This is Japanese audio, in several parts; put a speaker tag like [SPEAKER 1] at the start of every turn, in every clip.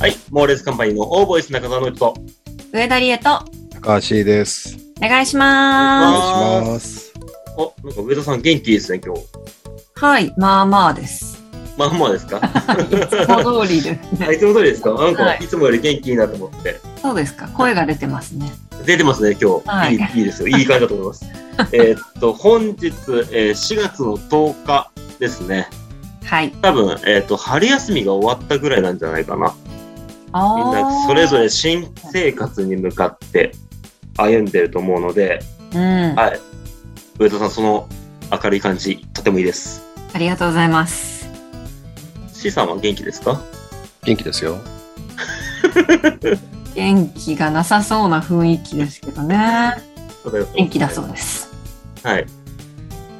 [SPEAKER 1] はい、モーレスカンパニーのオーボイス中澤のりと。
[SPEAKER 2] 上田理恵と
[SPEAKER 3] 高橋です。
[SPEAKER 2] お願いし
[SPEAKER 3] お
[SPEAKER 2] ま
[SPEAKER 3] 願いします。
[SPEAKER 1] お、なんか上田さん元気ですね、今日。
[SPEAKER 2] す。はい、まあまあです。
[SPEAKER 1] まあまあです か
[SPEAKER 2] いつも通りです
[SPEAKER 1] あ
[SPEAKER 2] ね。
[SPEAKER 1] いつも通りですかなんか、
[SPEAKER 2] はい
[SPEAKER 1] い、つもより元気いいなと思って。
[SPEAKER 2] そうですか、声が出てますね。
[SPEAKER 1] 出てますね、今日。、
[SPEAKER 2] はいい
[SPEAKER 1] いいいですよ。いい感じだと思い ます。えーっと、本日、えー4月の10日ですね。
[SPEAKER 2] はい。
[SPEAKER 1] 多分、えーっと、春休みが終わったぐらいなんじゃないかな。
[SPEAKER 2] あ
[SPEAKER 1] みんな、それぞれ新生活に向かって歩んでると思うので、
[SPEAKER 2] れ。うん。あ
[SPEAKER 1] はい。上田さん、その明るい感じ、とてもいいです。
[SPEAKER 2] りがとうございます。
[SPEAKER 1] C さんは元気ですか
[SPEAKER 3] 元気ですよ。
[SPEAKER 2] 元気がなさそうな雰囲気ですけどね。元気だそうです。
[SPEAKER 1] はい。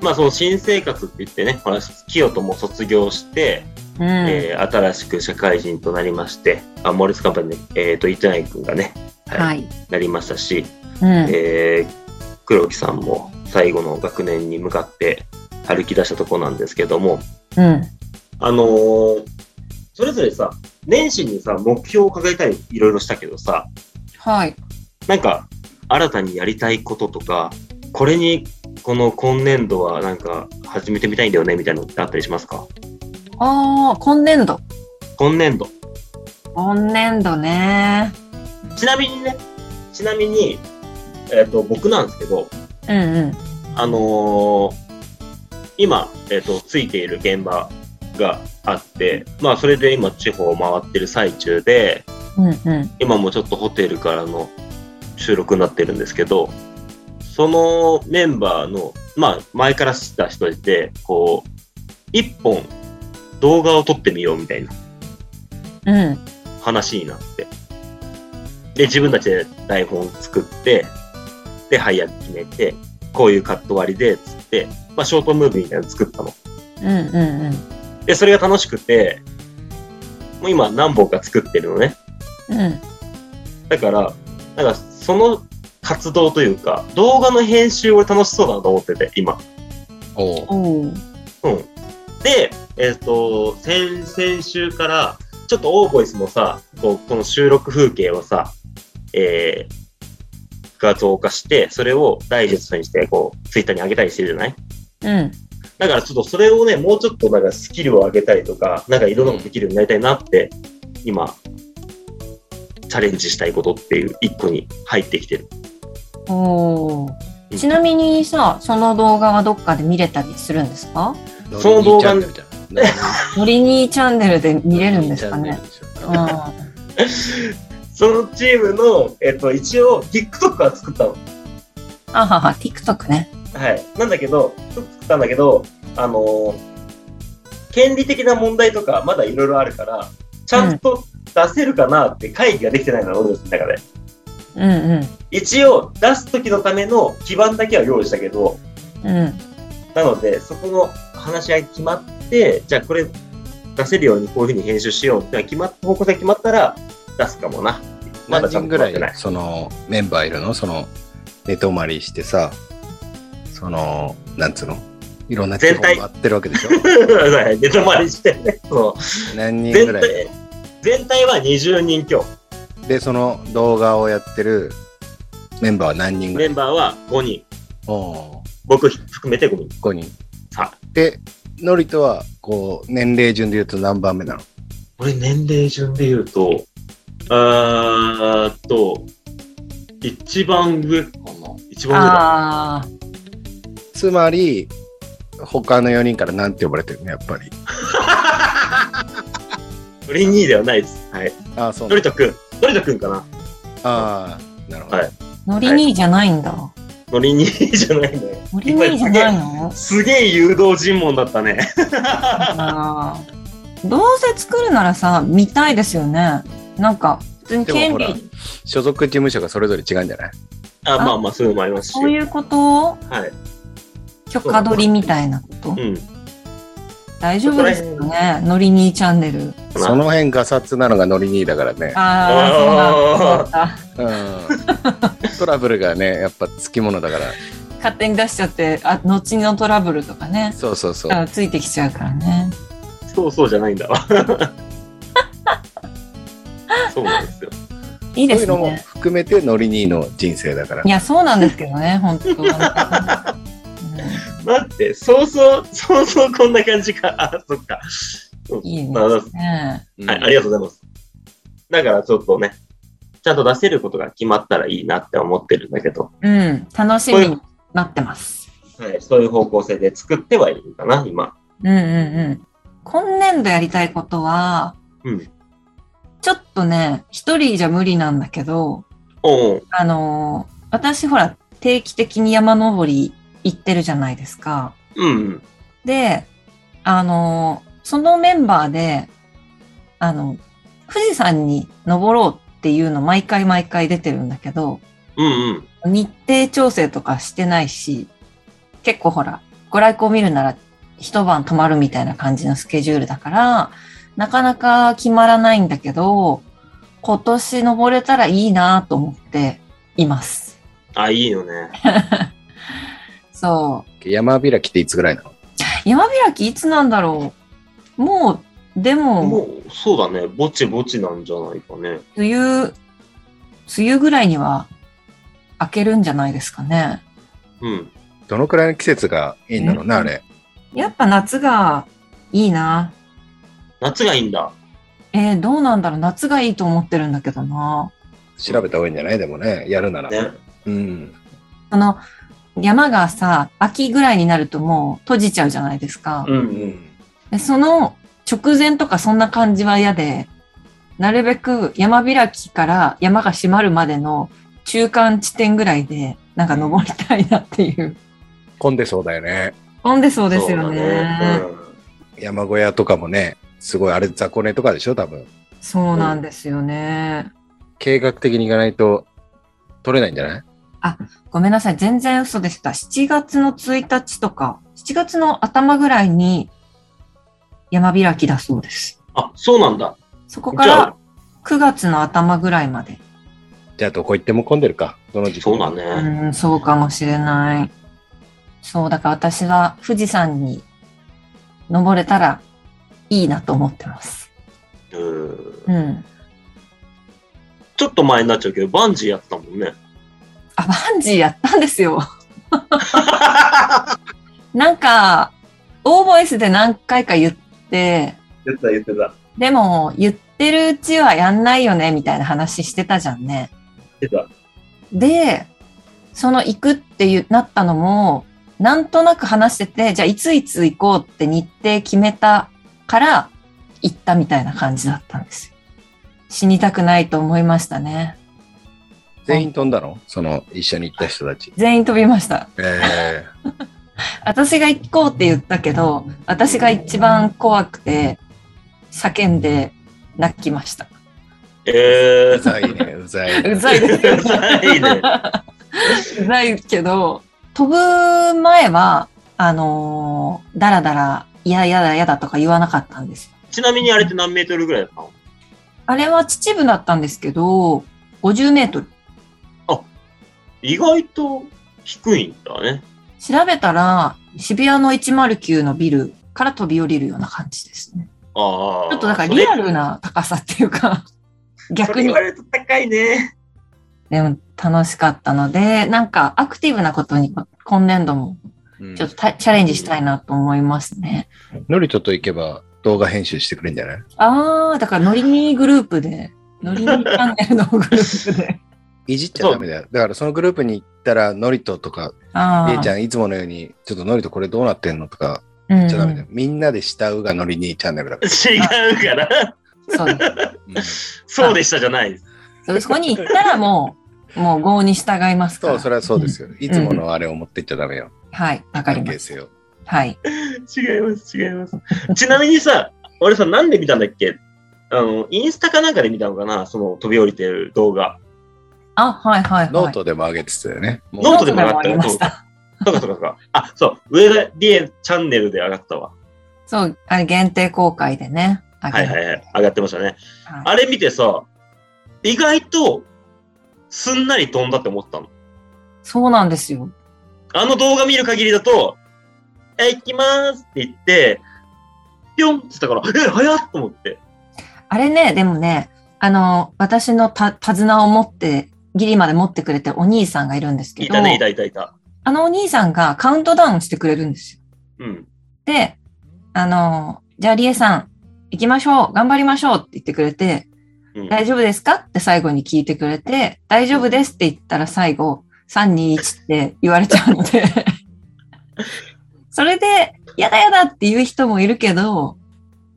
[SPEAKER 1] まあその新生活って言ってね、ほら、清とも卒業して、
[SPEAKER 2] うん。
[SPEAKER 1] えー新しく社会人となりまして、あ、モーレスカンパニーね、えっ、と、イチャナイ君がね、
[SPEAKER 2] はい。
[SPEAKER 1] なりましたし、
[SPEAKER 2] うん。
[SPEAKER 1] えー黒木さんも最後の学年に向かって歩き出したとこなんですけども、
[SPEAKER 2] うん。
[SPEAKER 1] あのーそれぞれさ、年始にさ、目標を掲げたりいろいろしたけどさ、
[SPEAKER 2] はい。
[SPEAKER 1] なんか、新たにやりたいこととか、これに、この今年度はなんか始めてみたいんだよねみたいなのってあったりしますか
[SPEAKER 2] ああ、今年度。
[SPEAKER 1] 今年度。
[SPEAKER 2] 今年度ね。
[SPEAKER 1] ちなみにね、ちなみに、えっ、と、僕なんですけど、
[SPEAKER 2] うんうん。
[SPEAKER 1] あのー今、えっ、と、ついている現場があって、まあ、それで今、地方を回ってる最中で、
[SPEAKER 2] うんうん。
[SPEAKER 1] 今もちょっとホテルからの収録になってるんですけど、そのメンバーの、まあ、前から知った人で、こう、一本動画を撮ってみようみたいな
[SPEAKER 2] うん。
[SPEAKER 1] 話になって、で、自分たちで台本作って、で、配役決めて、こういうカット割りで、つって、まあ、ショートムービーみたいなの作ったの。
[SPEAKER 2] うんうんうん。
[SPEAKER 1] で、それが楽しくて、もう今何本か作ってるのね。
[SPEAKER 2] うん。
[SPEAKER 1] だから、なんかその活動というか、動画の編集俺楽しそうだなと思ってて、今。
[SPEAKER 3] おお。
[SPEAKER 2] おお。
[SPEAKER 1] うん。で、えっ、と、先々週から、ちょっとオーボイスもさ、こうこの収録風景をさ、えー、画像化して、それをダイジェストにして、こう、ツイッターに上げたりしてるじゃない
[SPEAKER 2] うん。
[SPEAKER 1] だからちょっとそれをね、もうちょっとなんかスキルを上げたりとか、なんかいろんなことできるようになりたいなって、今、チャレンジしたいことっていう一個に入ってきてる。
[SPEAKER 2] おお。ちなみにさ、その動画はどっかで見れたりするんですか
[SPEAKER 1] その動画
[SPEAKER 3] み たいな。
[SPEAKER 2] 森にチャンネルで見れるんですかね。うん。
[SPEAKER 1] そのチームの、えっと、一応、TikTok は作ったの。
[SPEAKER 2] あはは、TikTok ね。
[SPEAKER 1] はい。なんだけど、作ったんだけど、あのー権利的な問題とか、まだいろいろあるから、ちゃんと出せるかなって会議ができてないの、俺たちの中で。
[SPEAKER 2] うん
[SPEAKER 1] 一応、出す時のための基盤だけは用意したけど、
[SPEAKER 2] うん。うん。
[SPEAKER 1] なので、そこの話し合い決まって、じゃあこれ出せるようにこういうふうに編集しようってのが決まっ方向性決まったら、出すかもな。ま
[SPEAKER 3] 何
[SPEAKER 1] だちゃ
[SPEAKER 3] 人
[SPEAKER 1] んと決ま
[SPEAKER 3] ぐら
[SPEAKER 1] ってない
[SPEAKER 3] い、。その、メンバーいるのその、寝泊まりしてさ、その、なんつうのいろんな地
[SPEAKER 1] 全体
[SPEAKER 3] 方回ってるわけで しょ
[SPEAKER 1] はい寝泊まりしてね。そう
[SPEAKER 3] 何人ぐ
[SPEAKER 1] 全
[SPEAKER 3] らい
[SPEAKER 1] 体全体は20人強
[SPEAKER 3] で、その動画をやってるメンバーは何人ぐら
[SPEAKER 1] メ
[SPEAKER 3] い
[SPEAKER 1] ンバーは5人
[SPEAKER 3] おー
[SPEAKER 1] 僕含めて5人
[SPEAKER 3] 5人。
[SPEAKER 1] さ
[SPEAKER 3] で、ノリとは、こう、年齢順で言うと何番目なの
[SPEAKER 1] 俺年齢順で言うとあーっと一番上かな一番上だ
[SPEAKER 2] ああ。
[SPEAKER 3] つまり、他の4人から何て呼ばれてるのやっぱり。
[SPEAKER 1] ノリ兄ではないですはい
[SPEAKER 3] ああ、そう
[SPEAKER 1] ノ
[SPEAKER 3] な
[SPEAKER 1] リ
[SPEAKER 3] んだ。
[SPEAKER 1] ト君ノリト君かな
[SPEAKER 3] ああ、なるほど。
[SPEAKER 1] はい
[SPEAKER 2] ノリ兄じゃないんだ。
[SPEAKER 1] ノリ兄じゃないね
[SPEAKER 2] ノリ兄じゃないの
[SPEAKER 1] すげえ誘導尋問だったね
[SPEAKER 2] ああ。どうせ作るならさ、見たいですよね。なんか、普通に権
[SPEAKER 3] でもほら
[SPEAKER 2] 利、
[SPEAKER 3] 所属事務所がそれぞれ違うんじゃない
[SPEAKER 1] あまあまあそういうのもありますし
[SPEAKER 2] そういうことを
[SPEAKER 1] はい
[SPEAKER 2] 許可取りみたいなこと
[SPEAKER 1] うん
[SPEAKER 2] 大丈夫ですよね。ノリ兄チャンネル。
[SPEAKER 1] まあ
[SPEAKER 3] その辺ガサツなのがノリ兄だからね。
[SPEAKER 2] ああ、そう
[SPEAKER 1] お
[SPEAKER 2] な
[SPEAKER 1] ー
[SPEAKER 2] んだ。
[SPEAKER 3] うん。 トラブルがね、やっぱつきものだから。
[SPEAKER 2] 勝手に出しちゃって、あ、後のトラブルとかね。
[SPEAKER 3] そうそうそう。
[SPEAKER 2] あついてきちゃうからね。
[SPEAKER 1] そうそうじゃないんだわそうなんですよ。
[SPEAKER 2] いいで
[SPEAKER 3] そういう
[SPEAKER 2] す
[SPEAKER 3] のも
[SPEAKER 2] ね。
[SPEAKER 3] 含めてノリニーの人生だから
[SPEAKER 2] い。や、そうなんですけど ね、本当はね、
[SPEAKER 1] 待って、そうそう、そうそうこんな感じか。あ、そっか。そう
[SPEAKER 2] うんいい
[SPEAKER 1] まあまあ
[SPEAKER 2] ですね。
[SPEAKER 1] はい、ありがとうございます。だからちょっとね、ちゃんと出せることが決まったらいいなって思ってるんだけど、
[SPEAKER 2] うん、楽しみに待ってます。
[SPEAKER 1] はい、そういう方向性で作ってはいるかな、今。
[SPEAKER 2] うんうんうん。今年度やりたいことは、
[SPEAKER 1] うん。
[SPEAKER 2] ちょっとね、一人じゃ無理なんだけど、
[SPEAKER 1] おう
[SPEAKER 2] あのー私ほら、定期的に山登り行ってるじゃないですか。
[SPEAKER 1] うんうん。
[SPEAKER 2] で、あのーそのメンバーで、あの、富士山に登ろうっていうの毎回毎回出てるんだけど、
[SPEAKER 1] うんうん。
[SPEAKER 2] 日程調整とかしてないし、結構ほら、ご来光見るなら一晩泊まるみたいな感じのスケジュールだから、なかなか決まらないんだけど、今年登れたらいいなと思っています。
[SPEAKER 1] あ、いいよね。
[SPEAKER 2] そう。
[SPEAKER 3] 山開きっていつぐらいなの
[SPEAKER 2] 山開きいつなんだろうもう、でも、
[SPEAKER 1] もう、そうだね。ぼちぼちなんじゃないかね。
[SPEAKER 2] 梅雨、梅雨ぐらいには明けるんじゃないですかね。
[SPEAKER 1] うん。
[SPEAKER 3] どのくらいの季節がいいんだろうな、あれ。
[SPEAKER 2] やっぱ夏がいいな
[SPEAKER 1] 夏がいいんだ。
[SPEAKER 2] えー、どうなんだろう夏がいいと思ってるんだけどな。
[SPEAKER 3] 調べた方がいいんじゃないでもね、やるなら。
[SPEAKER 1] ね。
[SPEAKER 3] うん。
[SPEAKER 2] その、山がさ、秋ぐらいになるともう閉じちゃうじゃないですか。
[SPEAKER 1] うんう。
[SPEAKER 3] うんん。
[SPEAKER 2] でその直前とかそんな感じは嫌で、なるべく山開きから山が閉まるまでの中間地点ぐらいで、なんか登りたいなっていう。
[SPEAKER 3] 混んでそうだよね。
[SPEAKER 2] ほんでそうですよね。
[SPEAKER 1] そうだねうん
[SPEAKER 3] 山小屋とかもね、すごい、あれ雑魚寝とかでしょ、多分。
[SPEAKER 2] そうなんですよね。
[SPEAKER 3] 計画的に行かないと取れないんじゃない
[SPEAKER 2] ごめんなさい。全然嘘でした。7月の1日とか、7月の頭ぐらいに山開きだそうです。
[SPEAKER 1] あ、そうなんだ。
[SPEAKER 2] そこか
[SPEAKER 1] じゃ
[SPEAKER 2] ら
[SPEAKER 1] あ、
[SPEAKER 2] 9月の頭ぐらいまで。
[SPEAKER 3] じゃあどこ行っても混んでるか。どの時期
[SPEAKER 1] そうだ
[SPEAKER 3] ね。
[SPEAKER 2] う
[SPEAKER 1] ね。
[SPEAKER 2] ん、そうかもしれない。そう、だから私は富士山に登れたらいいなと思ってます。
[SPEAKER 1] うん。
[SPEAKER 2] うん。
[SPEAKER 1] ちょっと前になっちゃうけど、バンジーやってたもんね。
[SPEAKER 2] あ、バンジーやったんで すよ。なんか、オーボイスで何回か言って、
[SPEAKER 1] 言ってた言ってた。
[SPEAKER 2] でも言ってるうちはやんないよね、みたいな話してたじゃんね。
[SPEAKER 1] 言ってた。
[SPEAKER 2] で、その行くっていうなったのも、なんとなく話してて、じゃあいついつ行こうって日程決めたから行ったみたいな感じだったんですよ。死にたくないと思いましたね。
[SPEAKER 3] 全員飛んだのその、一緒に行った人たち。
[SPEAKER 2] 全員飛びました。
[SPEAKER 3] え
[SPEAKER 2] 私が行こうって言ったけど、私が一番怖くて、叫んで泣きました。
[SPEAKER 1] え
[SPEAKER 3] え
[SPEAKER 1] ー。
[SPEAKER 3] うざいね、うざい、ね。
[SPEAKER 2] うざいですよね
[SPEAKER 1] うざ いね。
[SPEAKER 2] うざいけど、飛ぶ前は、あのーだらだら、いやいやだやだとか言わなかったんですよ
[SPEAKER 1] ちなみにあれって何メートルぐらいだったの
[SPEAKER 2] あれは秩父だったんですけど、50メートル。
[SPEAKER 1] 意外と低いんだね。
[SPEAKER 2] 調べたら、渋谷の109のビルから飛び降りるような感じですね。
[SPEAKER 1] ああ。
[SPEAKER 2] ちょっとだからリア
[SPEAKER 1] ル
[SPEAKER 2] ルな高さっていうか、逆に
[SPEAKER 1] 言わ。れると高いね。
[SPEAKER 2] でも楽しかったので、なんかアクティブなことに今年度も
[SPEAKER 3] うん
[SPEAKER 2] ちょっとたチャレンジしたいなと思いますね。
[SPEAKER 3] ノリトと行けば動画編集してくれるんじゃない
[SPEAKER 2] ああ、だからノリニーグループで、ノリニーチャンネルのグループ で。
[SPEAKER 3] いじっちゃダメだよ。だからそのグループに行ったら、ノリトとか、
[SPEAKER 2] あ
[SPEAKER 3] りえち
[SPEAKER 2] ゃ
[SPEAKER 3] ゃんいつものように、ちょっとノリトこれどうなってんのとか、
[SPEAKER 2] ん、うん
[SPEAKER 3] 言っちゃダメだよ。みんなで慕うがノリにチャンネルだか
[SPEAKER 1] 違うから。
[SPEAKER 2] そうです
[SPEAKER 3] ら。
[SPEAKER 1] そうでしたじゃないです。
[SPEAKER 2] そうそこに行ったらもう、 もう郷に従いますか
[SPEAKER 3] そ
[SPEAKER 2] ら。
[SPEAKER 3] う、それはそうですよ。いつものあれを持ってっちゃダメよ。
[SPEAKER 2] はい、わかり
[SPEAKER 3] 関
[SPEAKER 2] ま
[SPEAKER 3] 係
[SPEAKER 2] す。
[SPEAKER 3] 性を。
[SPEAKER 2] はい。
[SPEAKER 1] 違います、違います。ちなみにさ、俺さ、なんで見たんだっけあの、インスタかなんかで見たのかなその飛び降りてる動画。
[SPEAKER 2] あ、はいはいはい。
[SPEAKER 3] ノートでも上げてたよね。もう
[SPEAKER 1] ノートでも上が
[SPEAKER 2] ノ
[SPEAKER 1] っ
[SPEAKER 2] ート
[SPEAKER 1] た
[SPEAKER 2] で
[SPEAKER 1] よ
[SPEAKER 2] もありました。
[SPEAKER 1] そうかそうかそうか。あ、そう。上田理恵チャンネルで上がったわ。
[SPEAKER 2] そう、あれ限定公開でね。は
[SPEAKER 1] はいはいはい。上がってましたね。
[SPEAKER 2] は
[SPEAKER 1] あれ見てさ、意外とすんなり飛んだって思ったの。
[SPEAKER 2] い。そうなんですよ。
[SPEAKER 1] あの動画見る限りだと、え、行きまーすって言って、ぴょんって言ったから、え、早っと思って。
[SPEAKER 2] あれね、でもね、あの、私のた手綱を持って、ギリまで持ってくれてるお兄さんがいるんですけ
[SPEAKER 1] い
[SPEAKER 2] ど、
[SPEAKER 1] たね、いたいたいた。
[SPEAKER 2] あのお兄さんがカウントダウンしてくれるんですよ。
[SPEAKER 1] うん。
[SPEAKER 2] で、あの、じゃあ、リエさん、行きましょう、頑張りましょうって言ってくれて、
[SPEAKER 1] うん、
[SPEAKER 2] 大丈夫ですかって最後に聞いてくれて、大丈夫ですって言ったら最後、3、2、1って言われちゃうの で、それで、やだやだっていう人もいるけど、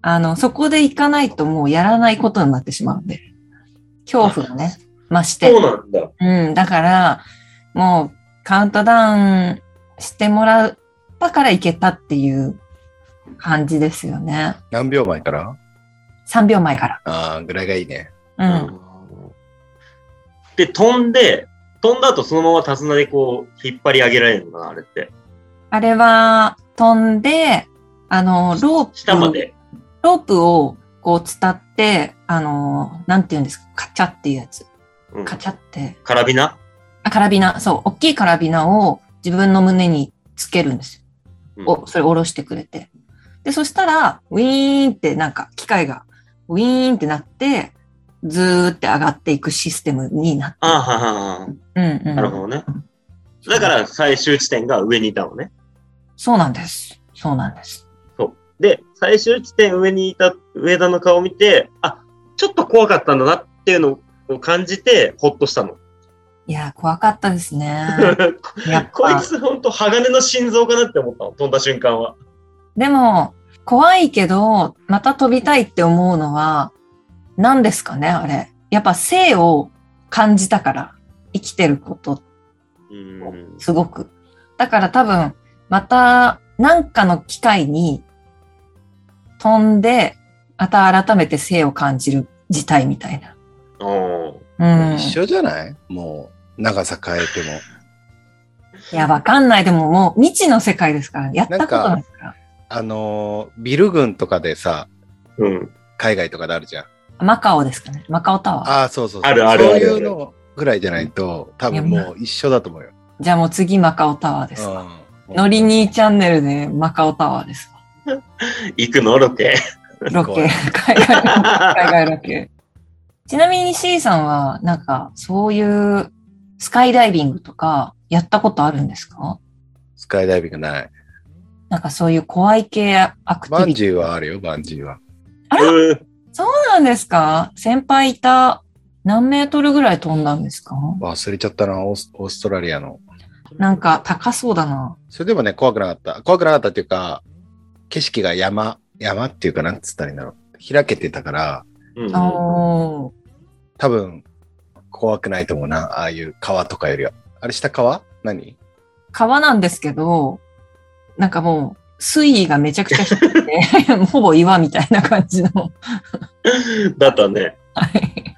[SPEAKER 2] あの、そこで行かないともうやらないことになってしまうんで、恐怖がね、増して。
[SPEAKER 1] そうなんだ。
[SPEAKER 2] うん、だから、もうカウントダウンしてもらったからいけたっていう感じですよね。
[SPEAKER 3] 何秒前から
[SPEAKER 2] 3秒前か
[SPEAKER 3] ああ、ぐらいがいいね。
[SPEAKER 2] ら。うん。
[SPEAKER 1] で、飛んで、飛んだ後そのまま手綱でこう、引っ張り上げられるのかな、あれって。
[SPEAKER 2] あれは飛んで、あの、ロープ、
[SPEAKER 1] 下まで。
[SPEAKER 2] ロープをこう伝って、あの、なんて言うんですか、カチャっていうやつ。
[SPEAKER 1] うん、
[SPEAKER 2] カチャって。
[SPEAKER 1] カラビナ
[SPEAKER 2] あ、カラビナ、そう、大きいカラビナを自分の胸につけるんです
[SPEAKER 1] う
[SPEAKER 2] よ。
[SPEAKER 1] ん
[SPEAKER 2] お、それ下ろしてくれて。で、そしたら、ウィーンってなんか機械が、ウィーンってなって、ずーって上がっていくシステムになって。
[SPEAKER 1] ああ、ははは
[SPEAKER 2] うんうん。
[SPEAKER 1] なるほどね。だから最終地点が上にいたのね。
[SPEAKER 2] そうなんです。そうなんです。
[SPEAKER 1] で、最終地点上にいた上田の顔を見て、あ、ちょっと怖かったんだなっていうのを感じて、ほっとしたの。
[SPEAKER 2] いやー、怖かったです ね。やっ
[SPEAKER 1] こい
[SPEAKER 2] ぱ。
[SPEAKER 1] つほんと鋼の心臓かなって思ったの、飛んだ瞬間は。
[SPEAKER 2] でも、怖いけど、また飛びたいって思うのは、何ですかね、あれ。やっぱ生を感じたから、生きてること
[SPEAKER 1] うん。
[SPEAKER 2] すごく。だから多分、また何かの機会に飛んで、また改めて生を感じる事態みたいな。
[SPEAKER 1] お
[SPEAKER 2] うん。
[SPEAKER 3] 一緒じゃないもう、長さ変えても。
[SPEAKER 2] いや、わかんない。でももう未知の世界ですから、やったことないですから。
[SPEAKER 3] あのービル群とかでさ、
[SPEAKER 1] うん。
[SPEAKER 3] 海外とかであるじゃん。
[SPEAKER 2] マカオですかね。マカオタワー。
[SPEAKER 3] ああ、そうそうそう。
[SPEAKER 1] あるあるあるある
[SPEAKER 3] そういうのぐらいじゃないと、多分もう一緒だと思うよ。
[SPEAKER 2] じゃあもう次マカオタワーです。
[SPEAKER 3] うん
[SPEAKER 2] ノリ兄チャンネルでマカオタワーです。
[SPEAKER 1] 行くのロケ。
[SPEAKER 2] ロ ケ。海外の海外ロケ。ちなみに C さんは、なんか、そういうスカイダイビングとか、やったことあるんですか
[SPEAKER 3] スカイダイビング ない。
[SPEAKER 2] なんかそういう怖い系アクテ
[SPEAKER 3] バ
[SPEAKER 2] ィ
[SPEAKER 3] ン
[SPEAKER 2] ビティ。
[SPEAKER 3] ジーはあるよ、バンジーは。
[SPEAKER 1] うん
[SPEAKER 2] そうなんですか先輩いた、何メートルぐらい飛んだんですか
[SPEAKER 3] 忘れちゃったな、オースオーストラリアの。
[SPEAKER 2] なんか高そうだな。
[SPEAKER 3] それでもね、怖くなかった。怖くなかったっていうか、景色が山、山っていうかなんつったらいいんだろう。開けてたから、
[SPEAKER 1] うん
[SPEAKER 2] おー
[SPEAKER 3] 多分、怖くないと思うな、ああいう川とかよりは。あれ下川何
[SPEAKER 2] 川なんですけど、なんかもう、水位がめちゃくちゃ低くて、 ほぼ岩みたいな感じの。
[SPEAKER 1] だったね。
[SPEAKER 2] はい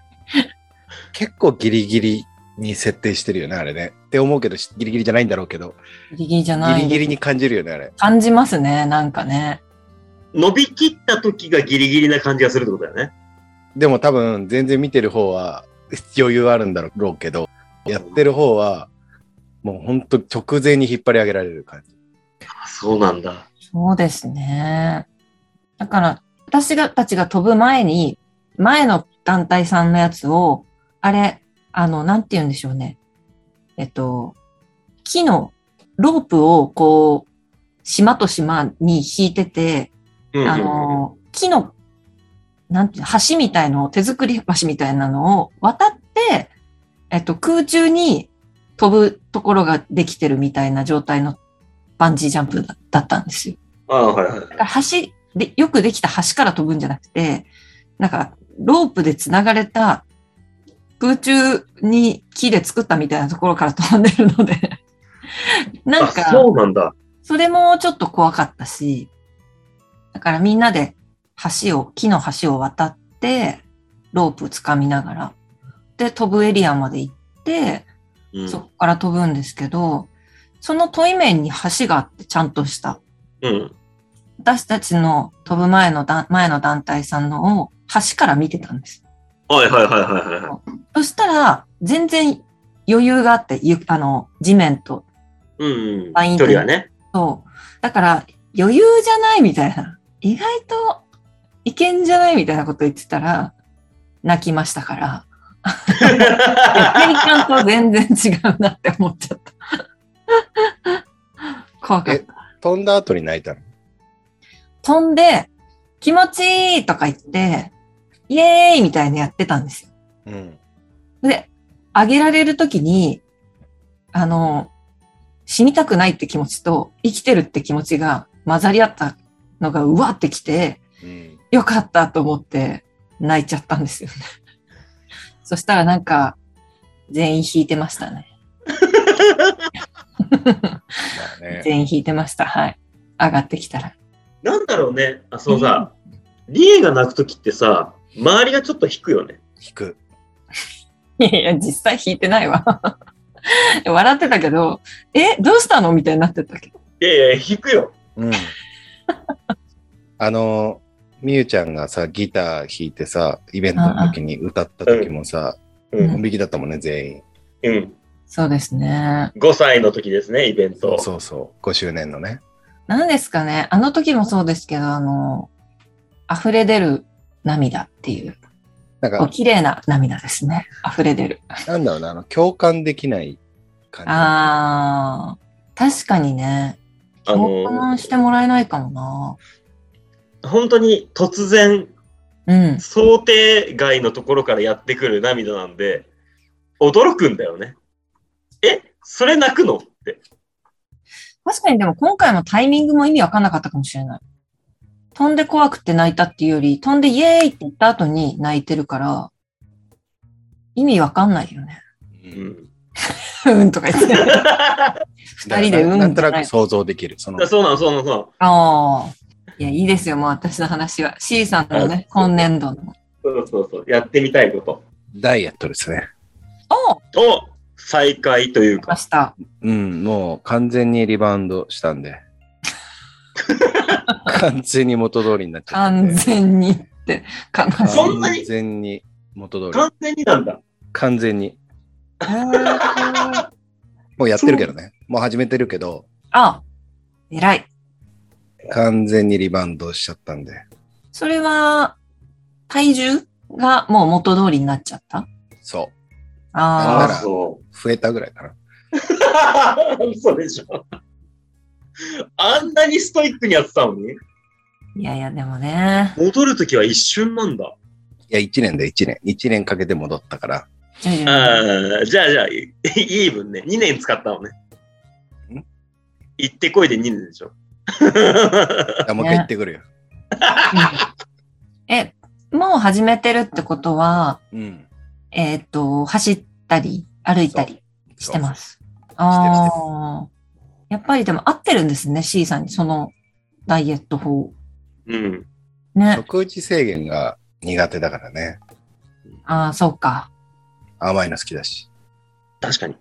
[SPEAKER 3] 結構ギリギリに設定してるよね、あれね。って思うけど、しギリギリじゃないんだろうけど、
[SPEAKER 2] ギリギリじゃ
[SPEAKER 3] ギ
[SPEAKER 2] ない。
[SPEAKER 3] リギリに感じるよね、あれ。
[SPEAKER 2] 感じますね、なんかね。
[SPEAKER 1] 伸びきった時がギリギリな感じがするってことだよね。
[SPEAKER 3] でも多分、全然見てる方は余裕あるんだろうけど、やってる方は、もうほんと直前に引っ張り上げられる感じ。
[SPEAKER 1] あそうなんだ。
[SPEAKER 2] そうですね。だから、私がたちが飛ぶ前に、前の団体さんのやつを、あれ、あの、なんて言うんでしょうね。えっと、木のロープをこう、島と島に引いてて、
[SPEAKER 1] うん
[SPEAKER 2] あの、木の、なんていうの橋みたいのを、手作り橋みたいなのを渡って、えっと、空中に飛ぶところができてるみたいな状態のバンジージャンプだだったんですよ。
[SPEAKER 1] ああ、はいはい。
[SPEAKER 2] だから橋で、よくできた橋から飛ぶんじゃなくて、なんか、ロープで繋がれた、空中に木で作ったみたいなところから飛んでるので、 なん
[SPEAKER 1] あ、
[SPEAKER 2] か、
[SPEAKER 1] そうなんだ。
[SPEAKER 2] それもちょっと怖かったし、だからみんなで橋を、木の橋を渡って、ロープ掴みながら、で、飛ぶエリアまで行って、
[SPEAKER 1] うん
[SPEAKER 2] そこから飛ぶんですけど、その問い面に橋があって、ちゃんとした。
[SPEAKER 1] うん。
[SPEAKER 2] 私たちの飛ぶ前のだ前の団体さんのを橋から見てたんです。
[SPEAKER 1] はいはいはいはいはい。
[SPEAKER 2] そしたら、全然余裕があって、ゆあの、地面と。
[SPEAKER 1] うん、
[SPEAKER 2] バイ
[SPEAKER 1] うん。
[SPEAKER 2] ン
[SPEAKER 1] 距離は ね。
[SPEAKER 2] そう。だから、余裕じゃないみたいな。意外といけんじゃないみたいなこと言ってたら、泣きましたから、ペリカンと全然違うなって思っちゃった。 怖かった。
[SPEAKER 3] 飛んだ後に泣いたの。
[SPEAKER 2] 飛んで、気持ちいいとか言って、イエーイみたいにやってたんですよ。
[SPEAKER 3] うん。
[SPEAKER 2] で、あげられるときに、あの、死にたくないって気持ちと生きてるって気持ちが混ざり合ったのがうわってきて、
[SPEAKER 3] うん。
[SPEAKER 2] よかったと思って泣いちゃったんです よね。そしたらなんか、全員弾いてましたね。
[SPEAKER 3] まあ ね。
[SPEAKER 2] 全員弾いてました。はい。上がってきたら。
[SPEAKER 1] なんだろうね。あ、そうさ、リエが泣くときってさ、周りがちょっと引くよね。
[SPEAKER 3] 引く。
[SPEAKER 2] いやいや、実際弾いてないわ。笑ってたけど、え、どうしたのみたいになってたけど。
[SPEAKER 1] いやいや、引くよ。
[SPEAKER 3] うん。あの、みゆちゃんがさ、ギター弾いてさ、イベントの時に歌った時もさ、
[SPEAKER 1] う
[SPEAKER 2] うん
[SPEAKER 1] ん。
[SPEAKER 3] 本引きだったもんね、全
[SPEAKER 1] う
[SPEAKER 3] 員。
[SPEAKER 1] ん。
[SPEAKER 2] そうですね。
[SPEAKER 1] 5歳の時ですね、イベント。
[SPEAKER 3] そうそう。5周年のね。
[SPEAKER 2] 何ですかね。あの時もそうですけど、あの、溢れ出る涙っていう、
[SPEAKER 3] なん
[SPEAKER 2] こう
[SPEAKER 3] か、
[SPEAKER 2] 綺麗な涙ですね。溢れ出る。
[SPEAKER 3] なんだろうな、あの、共感できない感じ。
[SPEAKER 2] あー、確かにね。
[SPEAKER 1] あ
[SPEAKER 2] 共
[SPEAKER 1] の
[SPEAKER 2] 感、してもらえないかも
[SPEAKER 1] 本当に突然、
[SPEAKER 2] な。うん。
[SPEAKER 1] 想定外のところからやってくる涙なんで、驚くんだよね。えそれ泣くのって。
[SPEAKER 2] 確かにでも今回もタイミングも意味わかんなかったかもしれない。飛んで怖くて泣いたっていうより、飛んでイエーイって言った後に泣いてるから、意味わかんないよね。
[SPEAKER 3] う
[SPEAKER 1] うんん。
[SPEAKER 2] うんとか言 って。二人でうん
[SPEAKER 3] なんと
[SPEAKER 2] じ
[SPEAKER 3] な
[SPEAKER 2] ゃな
[SPEAKER 3] く
[SPEAKER 2] い
[SPEAKER 3] 想像できる。その
[SPEAKER 1] そうなの、そうなの、そうなの
[SPEAKER 2] ああ。いや、いいですよ、もう私の話は。C さんのね、今年度の。
[SPEAKER 1] そうそうそう。やってみたいこと。
[SPEAKER 3] ダイエットですね。
[SPEAKER 2] お
[SPEAKER 1] を再開という
[SPEAKER 2] ま
[SPEAKER 1] か。
[SPEAKER 2] した。
[SPEAKER 3] うん、もう完全にリバウンドした んで。完全に元通りになっちゃったん
[SPEAKER 2] 完
[SPEAKER 3] で。
[SPEAKER 2] 全にって、悲しい。
[SPEAKER 1] そんなに
[SPEAKER 3] 完全に元通り。
[SPEAKER 1] 完全になんだ。
[SPEAKER 3] 完全に。
[SPEAKER 2] へー
[SPEAKER 3] もうやってるけどね。もう始めてるけど、
[SPEAKER 2] あ、偉い。
[SPEAKER 3] 完全にリバウンドしちゃったんで。
[SPEAKER 2] それは、体重がもう元通りになっちゃった
[SPEAKER 3] そ
[SPEAKER 2] あ
[SPEAKER 3] な
[SPEAKER 2] あ
[SPEAKER 3] んな。ら。
[SPEAKER 1] そう
[SPEAKER 3] 増えたぐらいかな。
[SPEAKER 1] 嘘でしょ。あんなにストイックにやってたのに
[SPEAKER 2] いやいや、でもね、
[SPEAKER 1] 戻るときは一瞬なんだ。
[SPEAKER 3] いや、1年で1年。1年かけて戻ったから。
[SPEAKER 2] 徐々に。
[SPEAKER 1] ああ、じゃあじゃあ、イーブンね。2年使ったのね
[SPEAKER 3] ん。
[SPEAKER 1] 行ってこいで2年でしょ。
[SPEAKER 3] あもう一回行ってくるよ。
[SPEAKER 2] え、もう始めてるってことは、
[SPEAKER 3] うん。。
[SPEAKER 2] えっ、と、走ったり、歩いたりしてますす。ああ。やっぱりでも合ってるんですね、C さんに、そのダイエット法。
[SPEAKER 1] うん。
[SPEAKER 2] ね。
[SPEAKER 3] 食事制限が苦手だからね。
[SPEAKER 2] ああ、そうか。
[SPEAKER 3] 甘いの好きだし。
[SPEAKER 1] 確かに。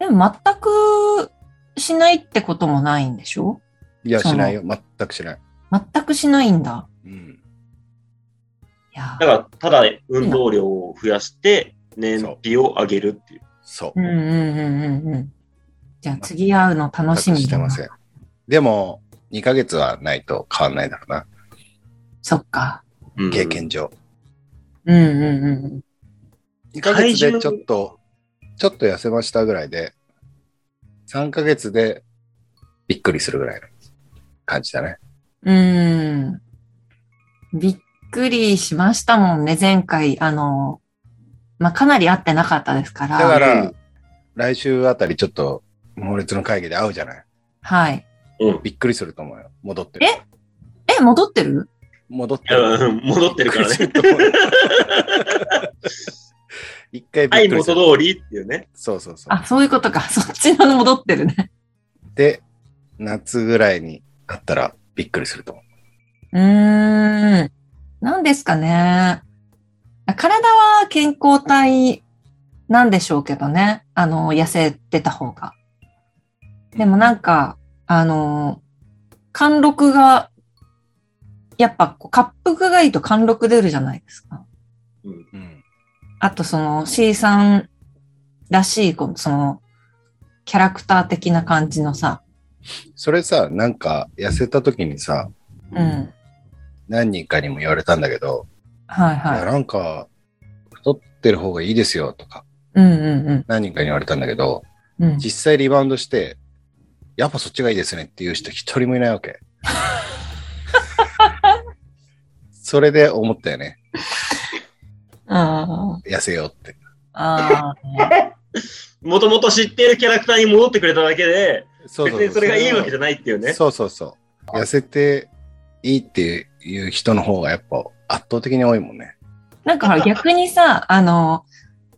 [SPEAKER 2] でも全くしないってこともないんでしょ
[SPEAKER 3] いや、
[SPEAKER 2] そう
[SPEAKER 3] しないよ。全くしない。
[SPEAKER 2] 全くしないんだ。
[SPEAKER 3] うん。
[SPEAKER 2] いや
[SPEAKER 1] だから、ただ運動量を増やして、燃費を上げるっていう。
[SPEAKER 3] そうう。
[SPEAKER 2] んうんうんうんうん。じゃあ次会うの楽し
[SPEAKER 3] 全く
[SPEAKER 2] み
[SPEAKER 3] して
[SPEAKER 2] だな
[SPEAKER 3] ません。でも、2ヶ月はないと変わんないだろうな。
[SPEAKER 2] そっか。
[SPEAKER 1] うん
[SPEAKER 3] 経験上。
[SPEAKER 2] うんうんうん。
[SPEAKER 3] 2ヶ月でちょっと、ちょっと痩せましたぐらいで、3ヶ月でびっくりするぐらいの感じだね。
[SPEAKER 2] うーん。びっくりしましたもんね、前回。あの、まあ、かなり会ってなかったですか。
[SPEAKER 3] だから
[SPEAKER 1] う
[SPEAKER 3] ら
[SPEAKER 1] ん、
[SPEAKER 3] 来週あたりちょっと、猛烈の会議で会うじゃない
[SPEAKER 2] はい。
[SPEAKER 1] うん。
[SPEAKER 3] びっくりすると思うよ。戻ってる。
[SPEAKER 2] ええ、戻ってる
[SPEAKER 3] 戻ってる。
[SPEAKER 1] うん戻ってるからね
[SPEAKER 3] びっ。くりすると思うよ 一回
[SPEAKER 1] は
[SPEAKER 3] び
[SPEAKER 1] い、
[SPEAKER 3] っくりす
[SPEAKER 1] 元
[SPEAKER 3] る。
[SPEAKER 1] 通りっていうね。
[SPEAKER 3] そうそうそう。
[SPEAKER 2] あ、そういうことか。そっちの戻ってるね。
[SPEAKER 3] で、夏ぐらいに会ったらびっくりすると思う。
[SPEAKER 2] うーん。なんですかね。体は健康体なんでしょうけどね。あの、痩せてた方が。でもなんか、あの、貫禄が、やっぱこう、滑腹がいいと貫禄出るじゃないですか。
[SPEAKER 1] うん。
[SPEAKER 3] うん。
[SPEAKER 2] あとその C さんらしい、こうその、キャラクター的な感じのさ。
[SPEAKER 3] それさ、なんか痩せた時にさ、
[SPEAKER 2] うん。
[SPEAKER 3] 何人かにも言われたんだけど、
[SPEAKER 2] はい
[SPEAKER 3] い
[SPEAKER 2] はい
[SPEAKER 3] や。なんか、ってる方がいいですよとか、
[SPEAKER 2] うんうん
[SPEAKER 3] 何人かに言われたんだけど、
[SPEAKER 2] うん。うん、
[SPEAKER 3] 実際リバウンドして、やっぱそっちがいいですねっていう人一人もいない わけ。それで思ったよね。
[SPEAKER 2] あ
[SPEAKER 3] 痩せようって。
[SPEAKER 2] あ、あ あ、
[SPEAKER 1] もともと知っているキャラクターに戻ってくれただけで、
[SPEAKER 3] そう
[SPEAKER 1] 別にそれがいいわけじゃ
[SPEAKER 3] な
[SPEAKER 1] ないっていうね。
[SPEAKER 3] そうそうそう。痩せていいっていう人の方がやっぱ圧倒的に多いもんね。
[SPEAKER 2] なんかほら逆にさ、あの、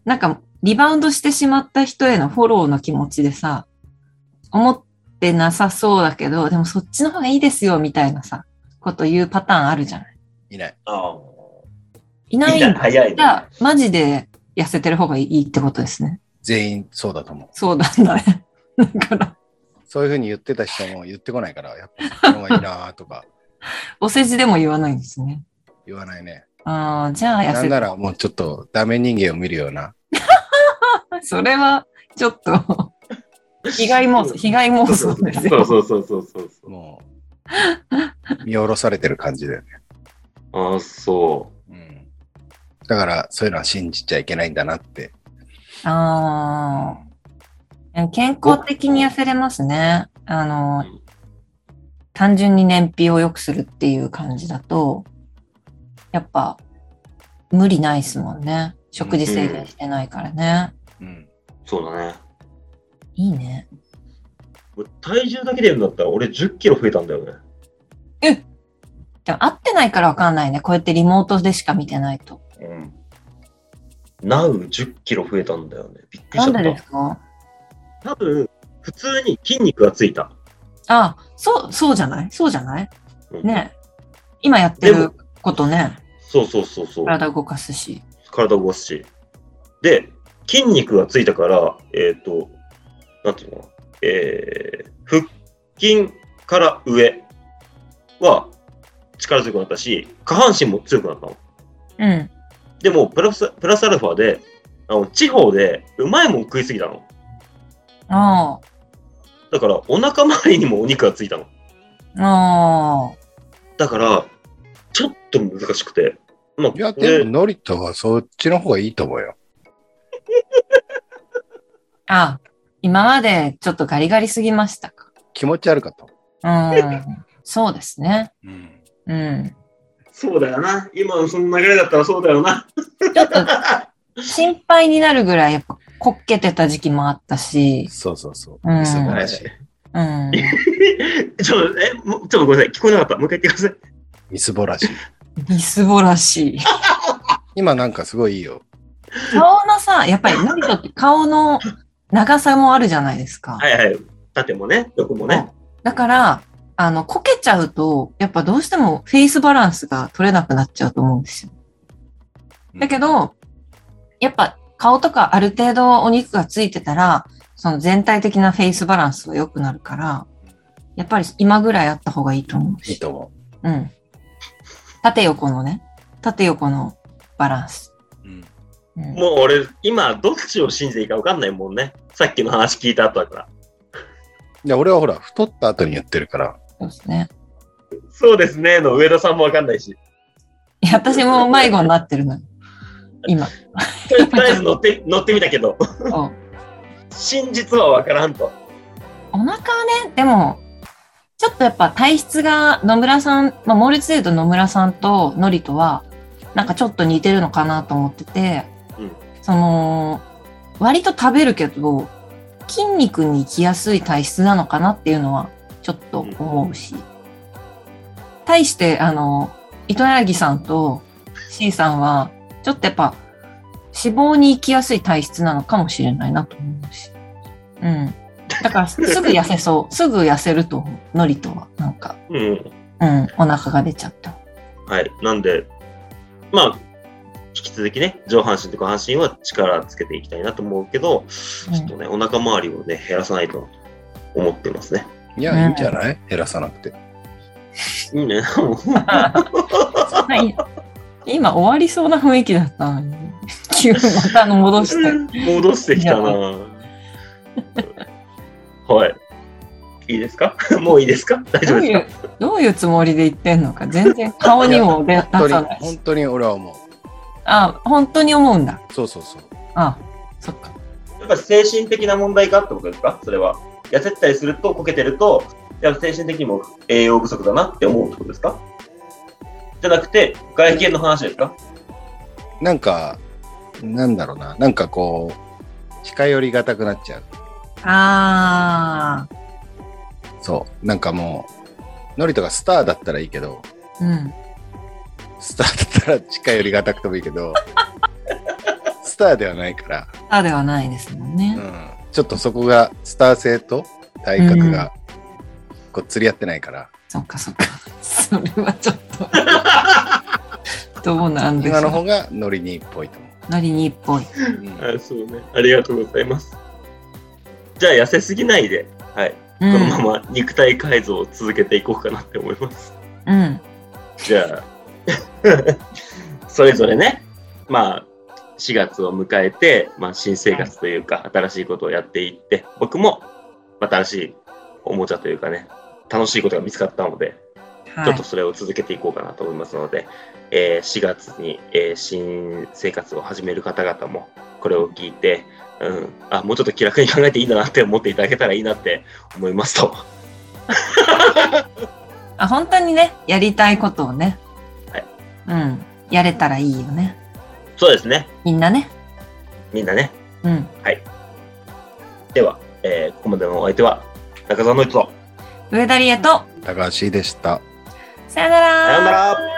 [SPEAKER 2] なんかリバウンドしてしまった人へのフォローの気持ちでさ、思ってなさそうだけど、でもそっちの方がいいですよみたいなさ、こと言うパターンあるじゃない。
[SPEAKER 3] いない。
[SPEAKER 1] ああ
[SPEAKER 2] いないん
[SPEAKER 1] い
[SPEAKER 2] だ。
[SPEAKER 1] た早いね
[SPEAKER 2] じゃあ、マジで痩せてる方がいいってことですね。
[SPEAKER 3] 全員そうだと思う。
[SPEAKER 2] そうなんだね。 だから、
[SPEAKER 3] そういうふうに言ってた人も言ってこないから、やっぱそっちの方がいいなとか
[SPEAKER 2] お世辞でも言わないんですね。
[SPEAKER 3] 言わないね。
[SPEAKER 2] ああ、じゃあ痩
[SPEAKER 3] な
[SPEAKER 2] せ
[SPEAKER 3] ん
[SPEAKER 2] て
[SPEAKER 3] ならもうちょっとダメ人間を見るような。
[SPEAKER 2] それは、ちょ っと、被害妄想、被害妄想ですよ。
[SPEAKER 1] そうそうそうそうそうそう。
[SPEAKER 3] もう、見下ろされてる感じだよね。
[SPEAKER 1] ああ、そ
[SPEAKER 3] うん。だから、そういうのは信じちゃいけないんだなって。
[SPEAKER 2] ああ。健康的に痩せれますね。あの、単純に燃費を良くするっていう感じだと、やっぱ、無理ないですもんね。食事制限してないからね。
[SPEAKER 3] うん。
[SPEAKER 1] う。そうだね。
[SPEAKER 2] いいね。
[SPEAKER 1] 体重だけで言うんだったら、俺10キロ増えたんだよね。
[SPEAKER 2] でも、会ってないからわかんないね。こうやってリモートでしか見てないと。
[SPEAKER 1] うん。なう10キロ増えたんだよね。びっくり
[SPEAKER 2] な
[SPEAKER 1] し
[SPEAKER 2] ん
[SPEAKER 1] ちゃ
[SPEAKER 2] で
[SPEAKER 1] っ
[SPEAKER 2] で
[SPEAKER 1] た。
[SPEAKER 2] すか
[SPEAKER 1] 多分、普通に筋肉がついた。
[SPEAKER 2] あ、そう、そうじゃないそうじゃない
[SPEAKER 1] うん、
[SPEAKER 2] ね。今やってることね。
[SPEAKER 1] そうそうそうそう。
[SPEAKER 2] 体動かすし。
[SPEAKER 1] 体を動かすし。で、筋肉がついたから、えっ、と、なんていうのかなえー、腹筋から上は力強くなったし、下半身も強くなったの。
[SPEAKER 2] うん。
[SPEAKER 1] でも、プラス、プラスアルファで、あの地方でうまいもん食いすぎたの。
[SPEAKER 2] あ
[SPEAKER 1] だから、お腹周りにもお肉がついたの。
[SPEAKER 2] あ。ああ。
[SPEAKER 1] だから、ちょっと難しくて。まあ、
[SPEAKER 3] いや、
[SPEAKER 1] これ
[SPEAKER 3] でも、ノリトはそっちの方がいいと思うよ。
[SPEAKER 2] あ、今までちょっとガリガリすぎましたか。
[SPEAKER 3] 気持ち悪かっ た。
[SPEAKER 2] うん。そうですね。
[SPEAKER 3] うん。
[SPEAKER 2] うん。
[SPEAKER 1] そうだよな。今のその流れだったらそうだよな。
[SPEAKER 2] ちょっと心配になるぐらいやっぱこっけてた時期もあったし。
[SPEAKER 3] そうそうそう。
[SPEAKER 2] うん
[SPEAKER 3] 素晴らしい。
[SPEAKER 2] うん。
[SPEAKER 1] ちょっと、え、もうちょっとごめんなさい。聞こえなかった。もう一回言ってください。
[SPEAKER 3] みすぼらしい。
[SPEAKER 2] みすぼらしい。
[SPEAKER 3] 今なんかすごいいいよ。
[SPEAKER 2] 顔のさ、やっぱり何とって顔の長さもあるじゃないですか。
[SPEAKER 1] はいはい。縦もね、横もね。
[SPEAKER 2] だから、あの、こけちゃうと、やっぱどうしてもフェイスバランスが取れなくなっちゃうと思うんですよ。だけど、やっぱ顔とかある程度お肉がついてたら、その全体的なフェイスバランスは良くなるから、やっぱり今ぐらいあった方がいいと思う
[SPEAKER 3] いい
[SPEAKER 2] し。
[SPEAKER 3] と思
[SPEAKER 2] うん。縦横のね、縦横のバランス。
[SPEAKER 3] う。うん。
[SPEAKER 2] うん
[SPEAKER 1] もう俺、今、どっちを信じていいか分かんないもんね。さっきの話聞いた後だから。
[SPEAKER 3] で、俺はほら、太った後に言ってるから、
[SPEAKER 2] そうですね。
[SPEAKER 1] そうですね、の上田さんも分かんないし。
[SPEAKER 2] いや、私も迷子になってるのよ。今。
[SPEAKER 1] とりあえず乗って、乗ってみたけど、
[SPEAKER 2] そう
[SPEAKER 1] 真実は分からんと。
[SPEAKER 2] お腹はね、でも、ちょっとやっぱ体質が野村さん、まあ、モーリツで言うと野村さんとノリとは、なんかちょっと似てるのかなと思ってて、
[SPEAKER 1] うん
[SPEAKER 2] その、割と食べるけど、筋肉に行きやすい体質なのかなっていうのは、ちょっと思うし。対して、あの、糸柳さんと C さんは、ちょっとやっぱ、脂肪に行きやすい体質なのかもしれないなと思うし。うん。だから、すぐ痩せそう。すぐ痩せると思う。のりとは。なんか、
[SPEAKER 1] うん。
[SPEAKER 2] うん、お腹が出ちゃった。
[SPEAKER 1] はい。なんで、まあ、引き続きね、上半身と下半身は力つけていきたいなと思うけど、ちょっとね、お腹周りをね、減らさないと思ってますね。
[SPEAKER 3] い
[SPEAKER 2] うん
[SPEAKER 3] や、いいんじゃない減らさなくて。
[SPEAKER 1] いいね。もう
[SPEAKER 2] はい。 今終わりそうな雰囲気だったのに、急にまたあの戻した。
[SPEAKER 1] 戻してきたな。はい。いいですか もういいですか大丈
[SPEAKER 2] ど
[SPEAKER 1] 夫
[SPEAKER 2] う
[SPEAKER 1] で
[SPEAKER 2] い
[SPEAKER 1] すか
[SPEAKER 2] う、どういうつもりで言ってんのか、全然顔にも出出
[SPEAKER 3] 本当に
[SPEAKER 2] さない
[SPEAKER 3] 本
[SPEAKER 2] し。
[SPEAKER 3] 当に俺は思う。
[SPEAKER 2] あ、本当に思うんだ。
[SPEAKER 3] そうそうそう。
[SPEAKER 2] あ、そっか。
[SPEAKER 1] やっぱり精神的な問題があってことですかそれは。痩せたりすると、こけてると、やっぱ精神的にも栄養不足だなって思うってことですかじゃなくて、外見の話ですか
[SPEAKER 3] なんか、なんだろうな。なんかこう、近寄りがたくなっちゃう。
[SPEAKER 2] ああ、
[SPEAKER 3] そう。なんかもう、ノリとかスターだったらいいけど、
[SPEAKER 2] うん。
[SPEAKER 3] スターだったら近寄りがたくてもいいけど、スターではないから、
[SPEAKER 2] あではないですもんね。
[SPEAKER 3] うん、ちょっとそこがスター性と体格が、こう釣り合ってないから、
[SPEAKER 2] そっかそっか。それはちょっと。どうなんでし
[SPEAKER 3] 今の
[SPEAKER 2] ょう。
[SPEAKER 3] 方がノリにっぽいと思
[SPEAKER 2] なりにっぽい。
[SPEAKER 3] う。う ん
[SPEAKER 1] あそうね。ありがとうございます。じゃあ、痩せすぎないで、はい。
[SPEAKER 2] うん。
[SPEAKER 1] このまま肉体改造を続けていこうかなって思います。
[SPEAKER 2] うん。
[SPEAKER 1] じゃあ、 それぞれね、まあ、4月を迎えて、まあ、新生活というか、新しいことをやっていって、僕も、また新しいおもちゃというかね、楽しいことが見つかったので、ちょ
[SPEAKER 2] は
[SPEAKER 1] っと
[SPEAKER 2] い。
[SPEAKER 1] それを続けていこうかなと思いますので、えー4月に、えー新生活を始める方々もこれを聞いて、うん、あもうちょっと気楽に考えていいんだなって思っていただけたらいいなって思いますと。は
[SPEAKER 2] あ、本当にね、やりたいことをね。
[SPEAKER 1] はい。
[SPEAKER 2] うん。やれたらいいよね。
[SPEAKER 1] そうですね、
[SPEAKER 2] みんなね。
[SPEAKER 1] みんなね。
[SPEAKER 2] うん。
[SPEAKER 1] では、えーここまでのお相手は中澤の人と。
[SPEAKER 2] 上田理恵と、
[SPEAKER 3] 高橋でした。
[SPEAKER 2] さよなら。
[SPEAKER 1] さようなら。